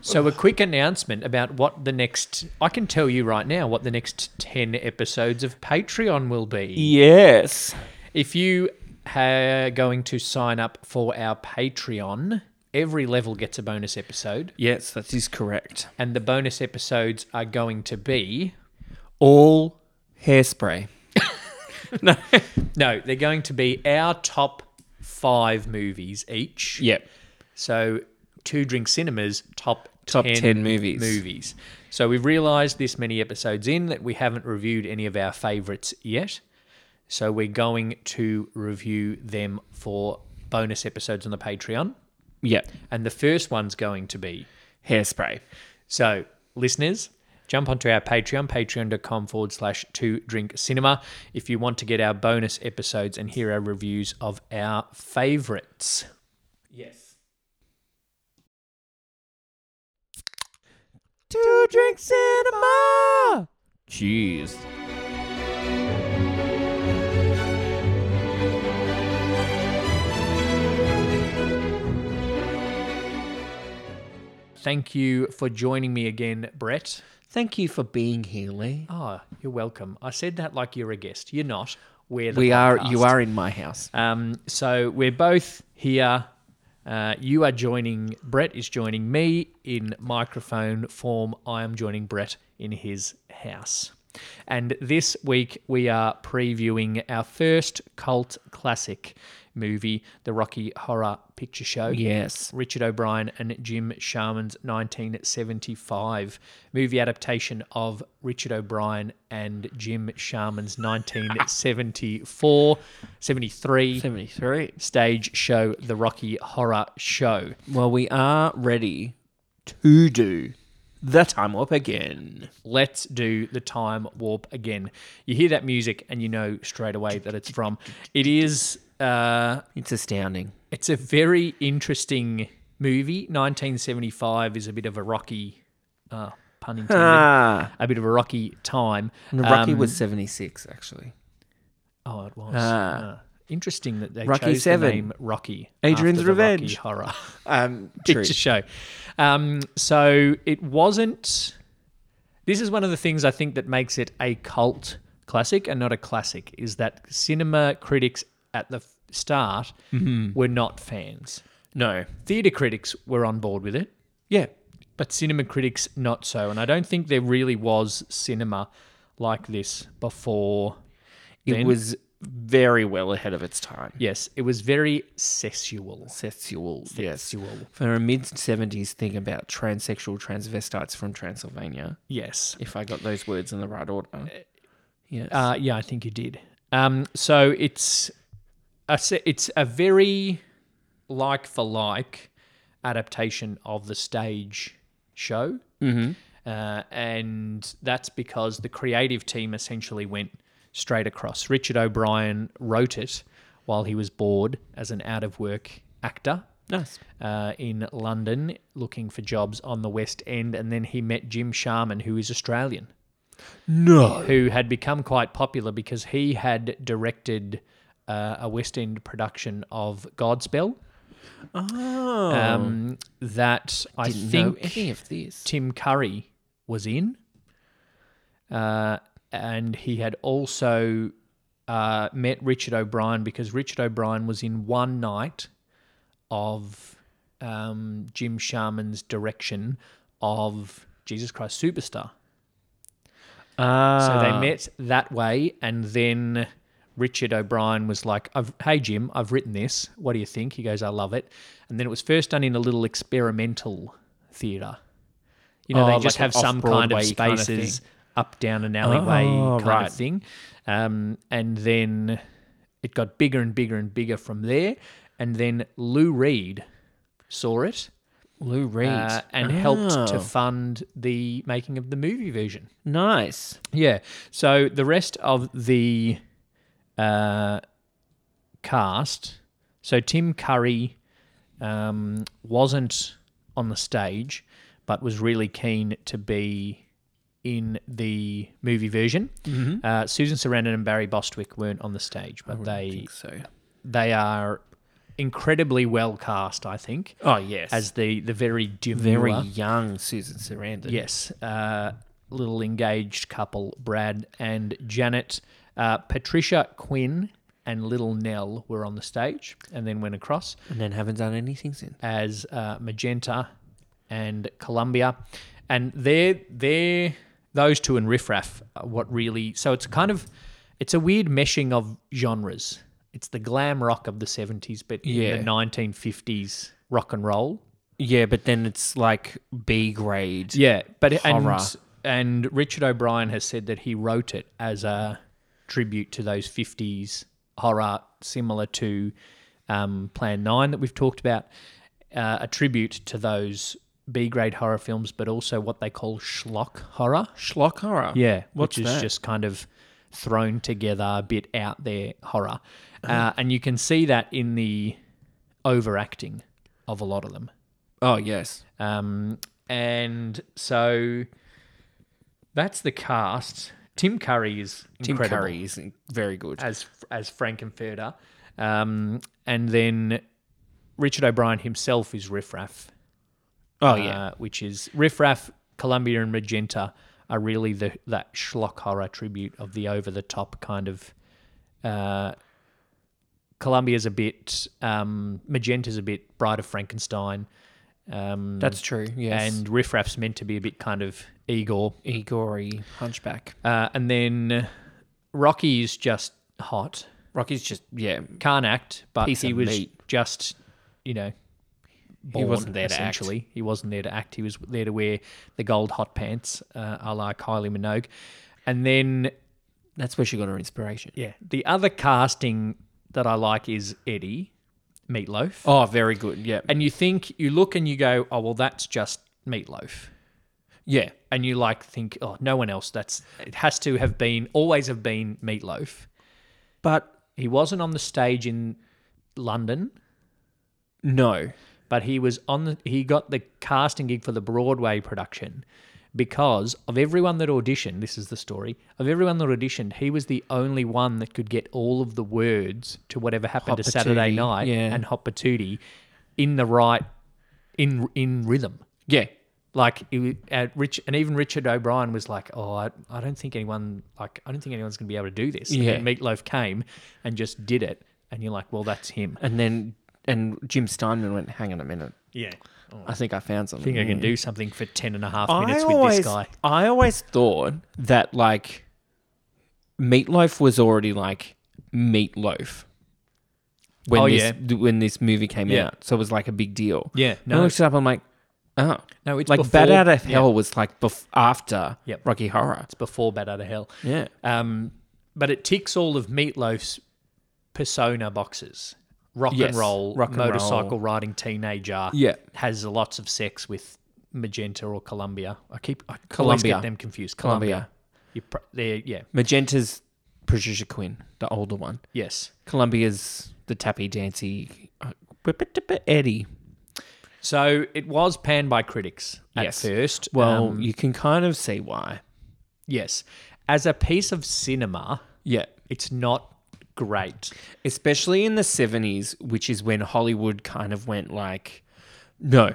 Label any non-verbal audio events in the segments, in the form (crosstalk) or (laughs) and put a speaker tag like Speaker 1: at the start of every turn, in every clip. Speaker 1: So, a quick announcement about what the next. I can tell you right now what the next 10 episodes of Patreon will be.
Speaker 2: Yes.
Speaker 1: If you are going to sign up for our Patreon, every level gets a bonus episode,
Speaker 2: Yes, that is correct.
Speaker 1: and the bonus episodes are going to be all.
Speaker 2: Hairspray.
Speaker 1: No, they're going to be our top five movies each.
Speaker 2: Yep.
Speaker 1: So, Two Drink Cinemas top
Speaker 2: Top
Speaker 1: 10,
Speaker 2: 10 movies.
Speaker 1: movies. So we've realised this many episodes in that we haven't reviewed any of our favourites yet. So we're going to review them for bonus episodes on the Patreon.
Speaker 2: Yep.
Speaker 1: And the first one's going to be
Speaker 2: Hairspray.
Speaker 1: so, listeners, jump onto our Patreon, patreon.com forward slash two drink cinema, if you want to get our bonus episodes and hear our reviews of our favorites.
Speaker 2: Yes. Two drink cinema. Cheers.
Speaker 1: Thank you for joining me again, Brett.
Speaker 2: Thank you for being here, Lee.
Speaker 1: Ah, you're welcome. I said that like you're a guest. You're not. We're the
Speaker 2: We are.
Speaker 1: podcast.
Speaker 2: You are in my house.
Speaker 1: Um, so we're both here. Uh, you are joining. Brett is joining me in microphone form. I am joining Brett in his house. And this week we are previewing our first cult classic movie, The Rocky Horror Picture Show.
Speaker 2: Yes.
Speaker 1: Richard O'Brien and Jim Sharman's 1975 movie adaptation of Richard O'Brien and Jim Sharman's 1974 73
Speaker 2: Seventy-three.
Speaker 1: stage show The Rocky Horror Show.
Speaker 2: Well, we are ready to do the time warp again.
Speaker 1: Let's do the time warp again. You hear that music and you know straight away that it's from it is uh
Speaker 2: It's astounding.
Speaker 1: It's a very interesting movie. 1975 is a bit of a rocky, uh, pun intended,
Speaker 2: Ah.
Speaker 1: a bit of a rocky time.
Speaker 2: Rocky
Speaker 1: Um,
Speaker 2: was seventy-six, actually.
Speaker 1: Oh, it was.
Speaker 2: Ah.
Speaker 1: Uh, interesting that they
Speaker 2: Rocky
Speaker 1: chose
Speaker 2: Seven.
Speaker 1: the name Rocky.
Speaker 2: Adrian's
Speaker 1: after the Rocky
Speaker 2: Revenge. (laughs)
Speaker 1: horror (laughs)
Speaker 2: Um, true.
Speaker 1: picture show. Um, so it wasn't. This is one of the things I think that makes it a cult classic and not a classic is that cinema critics at the f- start
Speaker 2: Mm-hmm.
Speaker 1: were not fans.
Speaker 2: No.
Speaker 1: theatre critics were on board with it,
Speaker 2: Yeah.
Speaker 1: but cinema critics not so. And I don't think there really was cinema like this before.
Speaker 2: It
Speaker 1: Then-
Speaker 2: was very well ahead of its time.
Speaker 1: Yes, it was very sexual.
Speaker 2: Sexual. Yes.
Speaker 1: Sexual.
Speaker 2: For a mid 70s thing about transsexual transvestites from Transylvania,
Speaker 1: Yes.
Speaker 2: if I got those words in the right order. Yes.
Speaker 1: Uh, yeah, I think you did. Um, so it's a se- it's a very like for like adaptation of the stage show, mm-hmm. uh, and that's because the creative team essentially went straight across. Richard O'Brien wrote it while he was bored as an out of work actor
Speaker 2: nice.
Speaker 1: uh, in London, looking for jobs on the West End, and then he met Jim Sharman, who is Australian
Speaker 2: No.
Speaker 1: who had become quite popular because he had directed uh, a West End production of Godspell.
Speaker 2: Oh.
Speaker 1: Um, that I
Speaker 2: didn't know
Speaker 1: think
Speaker 2: any of this.
Speaker 1: Tim Curry was in. Uh, and he had also uh, met Richard O'Brien because Richard O'Brien was in one night of um, Jim Sharman's direction of Jesus Christ Superstar.
Speaker 2: Uh,
Speaker 1: So they
Speaker 2: Ah.
Speaker 1: met that way, and then Richard O'Brien was like, I've, "Hey Jim, I've written this. What do you think?" He goes, "I love it." And then it was first done in a little experimental theatre. You know,
Speaker 2: Oh,
Speaker 1: they
Speaker 2: like
Speaker 1: just
Speaker 2: an
Speaker 1: have some kind of
Speaker 2: off-Broadway kind of thing.
Speaker 1: spaces up, down an alleyway
Speaker 2: Oh,
Speaker 1: kind
Speaker 2: right.
Speaker 1: of thing, um, and then it got bigger and bigger and bigger from there. And then Lou Reed saw it
Speaker 2: Lou Reed.
Speaker 1: uh, and helped
Speaker 2: Oh,
Speaker 1: to fund the making of the movie version.
Speaker 2: Nice.
Speaker 1: Yeah. So the rest of the uh, cast, so Tim Curry um, wasn't on the stage, but was really keen to be in the movie version. Uh, Susan Sarandon and Barry Bostwick weren't on the stage, but they
Speaker 2: So.
Speaker 1: they are incredibly well cast, I think,
Speaker 2: Oh yes,
Speaker 1: as the the very demure,
Speaker 2: very young Susan Sarandon.
Speaker 1: yes, uh, little engaged couple, Brad and Janet. Uh, Patricia Quinn and little Nell were on the stage, and then went across
Speaker 2: and then haven't done anything since.
Speaker 1: as uh, Magenta and Columbia, and they're they're those two and Riffraff. Are what really? So it's kind of it's a weird meshing of genres. It's the glam rock of the seventies, but
Speaker 2: Yeah.
Speaker 1: in the nineteen fifties rock and roll.
Speaker 2: Yeah, but then it's like B grade.
Speaker 1: Yeah, but
Speaker 2: Horror.
Speaker 1: and and Richard O'Brien has said that he wrote it as a tribute to those fifties horror, similar to um, Plan Nine that we've talked about, uh, a tribute to those B grade horror films, but also what they call schlock horror.
Speaker 2: Schlock horror.
Speaker 1: Yeah,
Speaker 2: What's
Speaker 1: which is
Speaker 2: that?
Speaker 1: just kind of thrown together, a bit out there horror, uh, and you can see that in the overacting of a lot of them.
Speaker 2: Oh yes.
Speaker 1: Um, and so that's the cast. Tim Curry is
Speaker 2: Tim
Speaker 1: incredible Uh,
Speaker 2: Curry is very good.
Speaker 1: as as Frankenfurter, um, and then Richard O'Brien himself is Riffraff.
Speaker 2: Oh yeah.
Speaker 1: uh, which is Riffraff, Columbia, and Magenta are really the that schlock horror tribute of the over the top kind of. Uh, Columbia's a bit, um, Magenta's a bit Bride of Frankenstein. Um,
Speaker 2: That's true. Yes.
Speaker 1: and riffraff's meant to be a bit kind of Igor.
Speaker 2: Igory Hunchback.
Speaker 1: Uh, and then Rocky's just hot.
Speaker 2: Rocky's just yeah.
Speaker 1: Can't act, but
Speaker 2: Piece
Speaker 1: he
Speaker 2: of
Speaker 1: was
Speaker 2: meat.
Speaker 1: just, you know, born,
Speaker 2: wasn't there to act.
Speaker 1: essentially. He wasn't there to act. He was there to wear the gold hot pants, uh, a la Kylie Minogue. And then
Speaker 2: That's where she got her inspiration.
Speaker 1: yeah, the other casting that I like is Eddie Meatloaf.
Speaker 2: Oh, very good. Yeah.
Speaker 1: And you think, you look and you go, oh, well, that's just Meatloaf.
Speaker 2: yeah.
Speaker 1: and you like think, oh, no one else. That's it has to have been always have been Meatloaf.
Speaker 2: But
Speaker 1: He wasn't on the stage in London,
Speaker 2: no.
Speaker 1: but he was on the he got the casting gig for the Broadway production because of everyone that auditioned. This is the story of everyone that auditioned. He was the only one that could get all of the words to whatever happened to Saturday
Speaker 2: Hoppertootie,
Speaker 1: night
Speaker 2: yeah.
Speaker 1: and Hot Patootie in the right in in rhythm.
Speaker 2: Yeah.
Speaker 1: like it, was- uh, Rich and even Richard O'Brien was like, "Oh, I, I don't think anyone like I don't think anyone's going to be able to do this."
Speaker 2: Yeah.
Speaker 1: And then Meatloaf came and just did it, and you're like, "Well, that's him."
Speaker 2: And then and Jim Steinman went, hang on a minute.
Speaker 1: Yeah,
Speaker 2: I think I found
Speaker 1: I
Speaker 2: something.
Speaker 1: think I can do something for ten and a half minutes with this guy.
Speaker 2: I always thought that like Meatloaf was already like Meatloaf when
Speaker 1: Oh,
Speaker 2: this
Speaker 1: yeah.
Speaker 2: th- when this movie came
Speaker 1: Yeah.
Speaker 2: out, so it was like a big deal.
Speaker 1: Yeah,
Speaker 2: no. I
Speaker 1: no.
Speaker 2: looked it up. I'm like, oh,
Speaker 1: No, it's
Speaker 2: like
Speaker 1: before-
Speaker 2: Bad Out of
Speaker 1: yeah.
Speaker 2: Hell was like bef- after
Speaker 1: Yep.
Speaker 2: Rocky Horror.
Speaker 1: It's before Bad Out of Hell.
Speaker 2: Yeah,
Speaker 1: Um, but it ticks all of Meatloaf's persona boxes. Rock
Speaker 2: Yes,
Speaker 1: and roll,
Speaker 2: rock and
Speaker 1: motorcycle
Speaker 2: roll.
Speaker 1: riding teenager.
Speaker 2: Yeah.
Speaker 1: has lots of sex with Magenta or Columbia. I keep I always
Speaker 2: Columbia.
Speaker 1: get them confused.
Speaker 2: Columbia.
Speaker 1: Columbia. You pr- they're, yeah,
Speaker 2: Magenta's Patricia Quinn, the older one.
Speaker 1: yes.
Speaker 2: Columbia's the tappy dancy uh, Eddie.
Speaker 1: So it was panned by critics at
Speaker 2: Yes.
Speaker 1: first.
Speaker 2: Well,
Speaker 1: Um,
Speaker 2: you can kind of see why.
Speaker 1: yes, as a piece of cinema,
Speaker 2: Yeah.
Speaker 1: it's not great.
Speaker 2: especially in the 70s which is when hollywood kind of went like no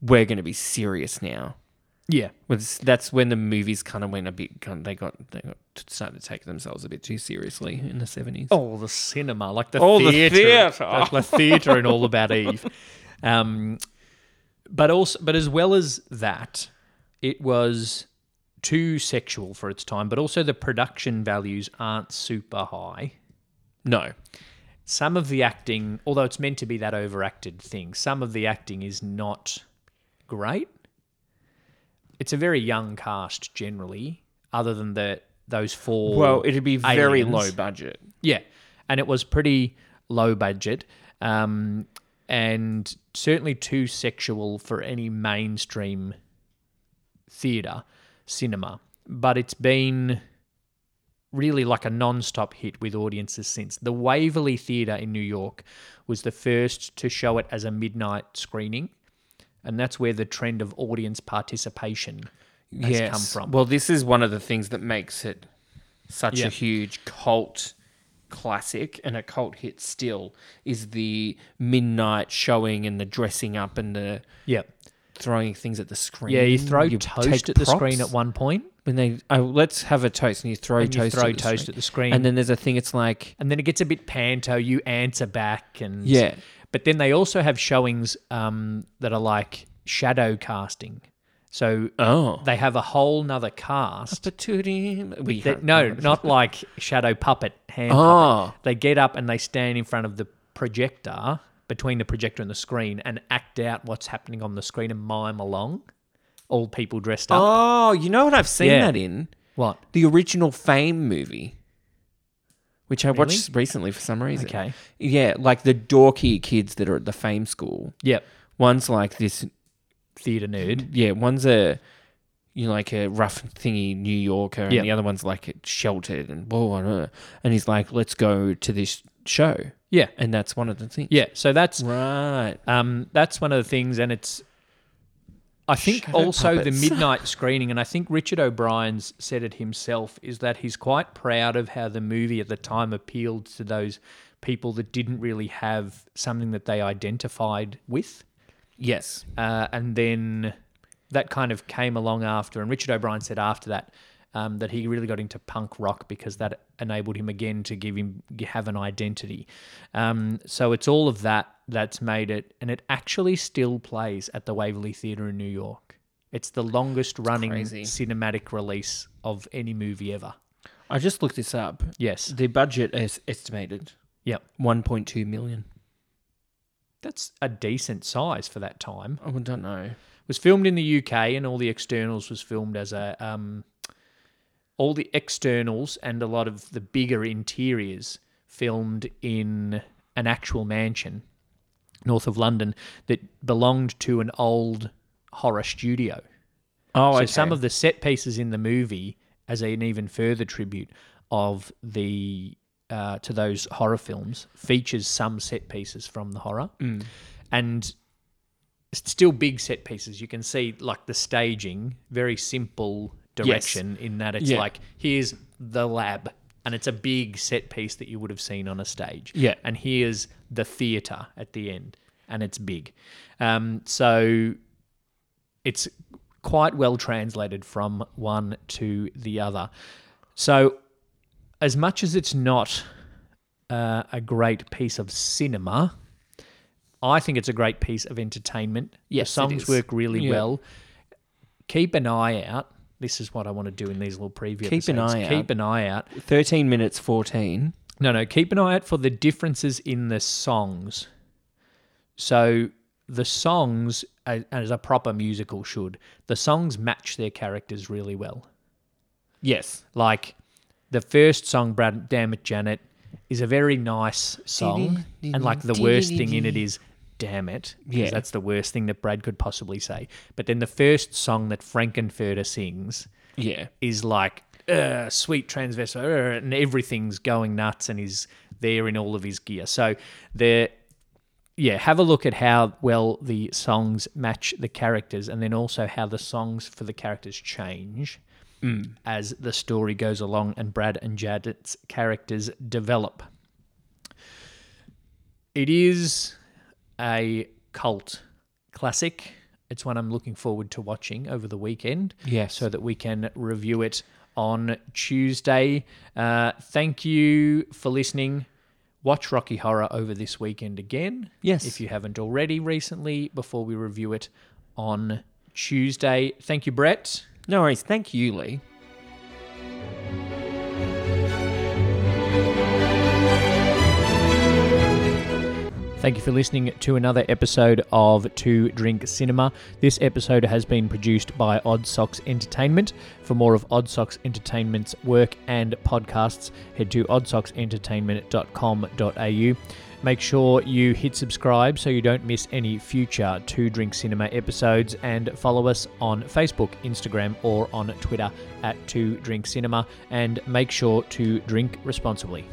Speaker 2: we're going to be serious now
Speaker 1: Yeah,
Speaker 2: was that's when the movies kind of went a bit kind of, they got they got t- started to take themselves a bit too seriously in the 70s
Speaker 1: Oh, the cinema, like the
Speaker 2: Oh, the
Speaker 1: theater,
Speaker 2: theatre. Oh.
Speaker 1: like the theater and
Speaker 2: (laughs)
Speaker 1: all about Eve. Um, but also, but as well as that, it was too sexual for its time. But also, the production values aren't super high.
Speaker 2: no
Speaker 1: Some of the acting, although it's meant to be that overacted thing, some of the acting is not great. It's a very young cast generally, other than the those four.
Speaker 2: well it'd be very
Speaker 1: aliens.
Speaker 2: low budget
Speaker 1: Yeah, and it was pretty low budget, um, and certainly too sexual for any mainstream theatre cinema. But it's been really like a non-stop hit with audiences since. The Waverly Theatre in New York was the first to show it as a midnight screening, and that's where the trend of audience participation has come from.
Speaker 2: well this is one of the things that makes it such
Speaker 1: Yeah.
Speaker 2: a huge cult classic and a cult hit still is the midnight showing and the dressing up and the
Speaker 1: Yeah.
Speaker 2: throwing things at the screen.
Speaker 1: Yeah, you throw
Speaker 2: take
Speaker 1: toast at the screen
Speaker 2: props.
Speaker 1: at one point,
Speaker 2: when they oh, let's have a toast and you throw
Speaker 1: and you
Speaker 2: toast,
Speaker 1: throw
Speaker 2: at the
Speaker 1: toast
Speaker 2: screen.
Speaker 1: at the screen.
Speaker 2: and then there's a thing. It's like
Speaker 1: and then it gets a bit panto. You answer back, and
Speaker 2: yeah,
Speaker 1: But then they also have showings um, that are like shadow casting. So
Speaker 2: oh,
Speaker 1: they have a whole nother cast.
Speaker 2: we
Speaker 1: That, no,
Speaker 2: (laughs)
Speaker 1: not like shadow puppet hand.
Speaker 2: Oh.
Speaker 1: Puppet. They get up and they stand in front of the projector, between the projector and the screen, and act out what's happening on the screen and mime along. All people dressed up.
Speaker 2: Oh, you know what I've seen
Speaker 1: Yeah.
Speaker 2: that in
Speaker 1: What?
Speaker 2: the original Fame movie, which I watched recently for some reason.
Speaker 1: Okay.
Speaker 2: yeah, like the dorky kids that are at the Fame school.
Speaker 1: Yep.
Speaker 2: One's like this
Speaker 1: Theatre nerd.
Speaker 2: yeah, one's a you know, like a rough thingy New Yorker, and
Speaker 1: Yeah.
Speaker 2: the other one's like sheltered and blah, blah, blah. and he's like, let's go to this show,
Speaker 1: Yeah.
Speaker 2: and that's one of the things.
Speaker 1: Yeah. So that's
Speaker 2: Right.
Speaker 1: Um, that's one of the things, and it's. I think
Speaker 2: Shadow
Speaker 1: also
Speaker 2: puppets. (laughs)
Speaker 1: the midnight screening, and I think Richard O'Brien's said it himself, is that he's quite proud of how the movie at the time appealed to those people that didn't really have something that they identified with.
Speaker 2: Yes.
Speaker 1: Uh, and then that kind of came along after, and Richard O'Brien said after that um, that he really got into punk rock because that enabled him again to give him have an identity. Um, so it's all of that that's made it, and it actually still plays at the Waverly Theatre in New York. It's the longest running
Speaker 2: crazy.
Speaker 1: cinematic release of any movie ever.
Speaker 2: I just looked this up.
Speaker 1: Yes.
Speaker 2: The budget is estimated
Speaker 1: Yep.
Speaker 2: 1.2 million.
Speaker 1: That's a decent size for that time.
Speaker 2: I don't know.
Speaker 1: was filmed in the UK, and all the externals was filmed as a um, all the externals and a lot of the bigger interiors filmed in an actual mansion north of London that belonged to an old horror studio.
Speaker 2: Oh,
Speaker 1: So some of the set pieces in the movie, as an even further tribute of the uh, to those horror films, features some set pieces from the horror,
Speaker 2: Mm.
Speaker 1: and s- still big set pieces. You can see like the staging, very simple direction in that it's
Speaker 2: Yeah.
Speaker 1: like here's the lab. And it's a big set piece that you would have seen on a stage.
Speaker 2: Yeah.
Speaker 1: And here's the theatre at the end, and it's big. Um, so it's quite well translated from one to the other. So, as much as it's not uh, a great piece of cinema, I think it's a great piece of entertainment.
Speaker 2: Yes,
Speaker 1: the
Speaker 2: it
Speaker 1: songs
Speaker 2: is.
Speaker 1: work really
Speaker 2: Yeah.
Speaker 1: well. Keep an eye out. This is what I want to do in these little preview.
Speaker 2: Keep an
Speaker 1: episodes.
Speaker 2: eye
Speaker 1: Keep an eye out.
Speaker 2: 13 minutes 14.
Speaker 1: No, no. Keep an eye out for the differences in the songs. So the songs, a- as a proper musical should, the songs match their characters really well.
Speaker 2: Yes.
Speaker 1: Like the first song, Brad, Damn It Janet, is a very nice song. and like the worst thing in it is, Damn It.
Speaker 2: Yeah.
Speaker 1: Yeah. That's the worst thing that Brad could possibly say. But then the first song that Frankenfurter sings
Speaker 2: Yeah.
Speaker 1: is like uh, sweet transvestite, uh, and everything's going nuts, and he's there in all of his gear. So there, yeah, have a look at how well the songs match the characters, and then also how the songs for the characters change as the story goes along, and Brad and Jadet's characters develop. It is a cult classic. It's one I'm looking forward to watching over the weekend
Speaker 2: Yes.
Speaker 1: so that we can review it on Tuesday. Uh, thank you for listening. Watch Rocky Horror over this weekend again.
Speaker 2: Yes.
Speaker 1: If you haven't already recently, before we review it on Tuesday. Thank you, Brett.
Speaker 2: No worries. Thank you, Lee.
Speaker 1: Thank you for listening to another episode of Two Drink Cinema. This episode has been produced by Odd Socks Entertainment. For more of Odd Socks Entertainment's work and podcasts, head to oddsocksentertainment.com.au. Make sure you hit subscribe so you don't miss any future Two Drink Cinema episodes and follow us on Facebook, Instagram, or on Twitter at Two Drink Cinema. And make sure to drink responsibly.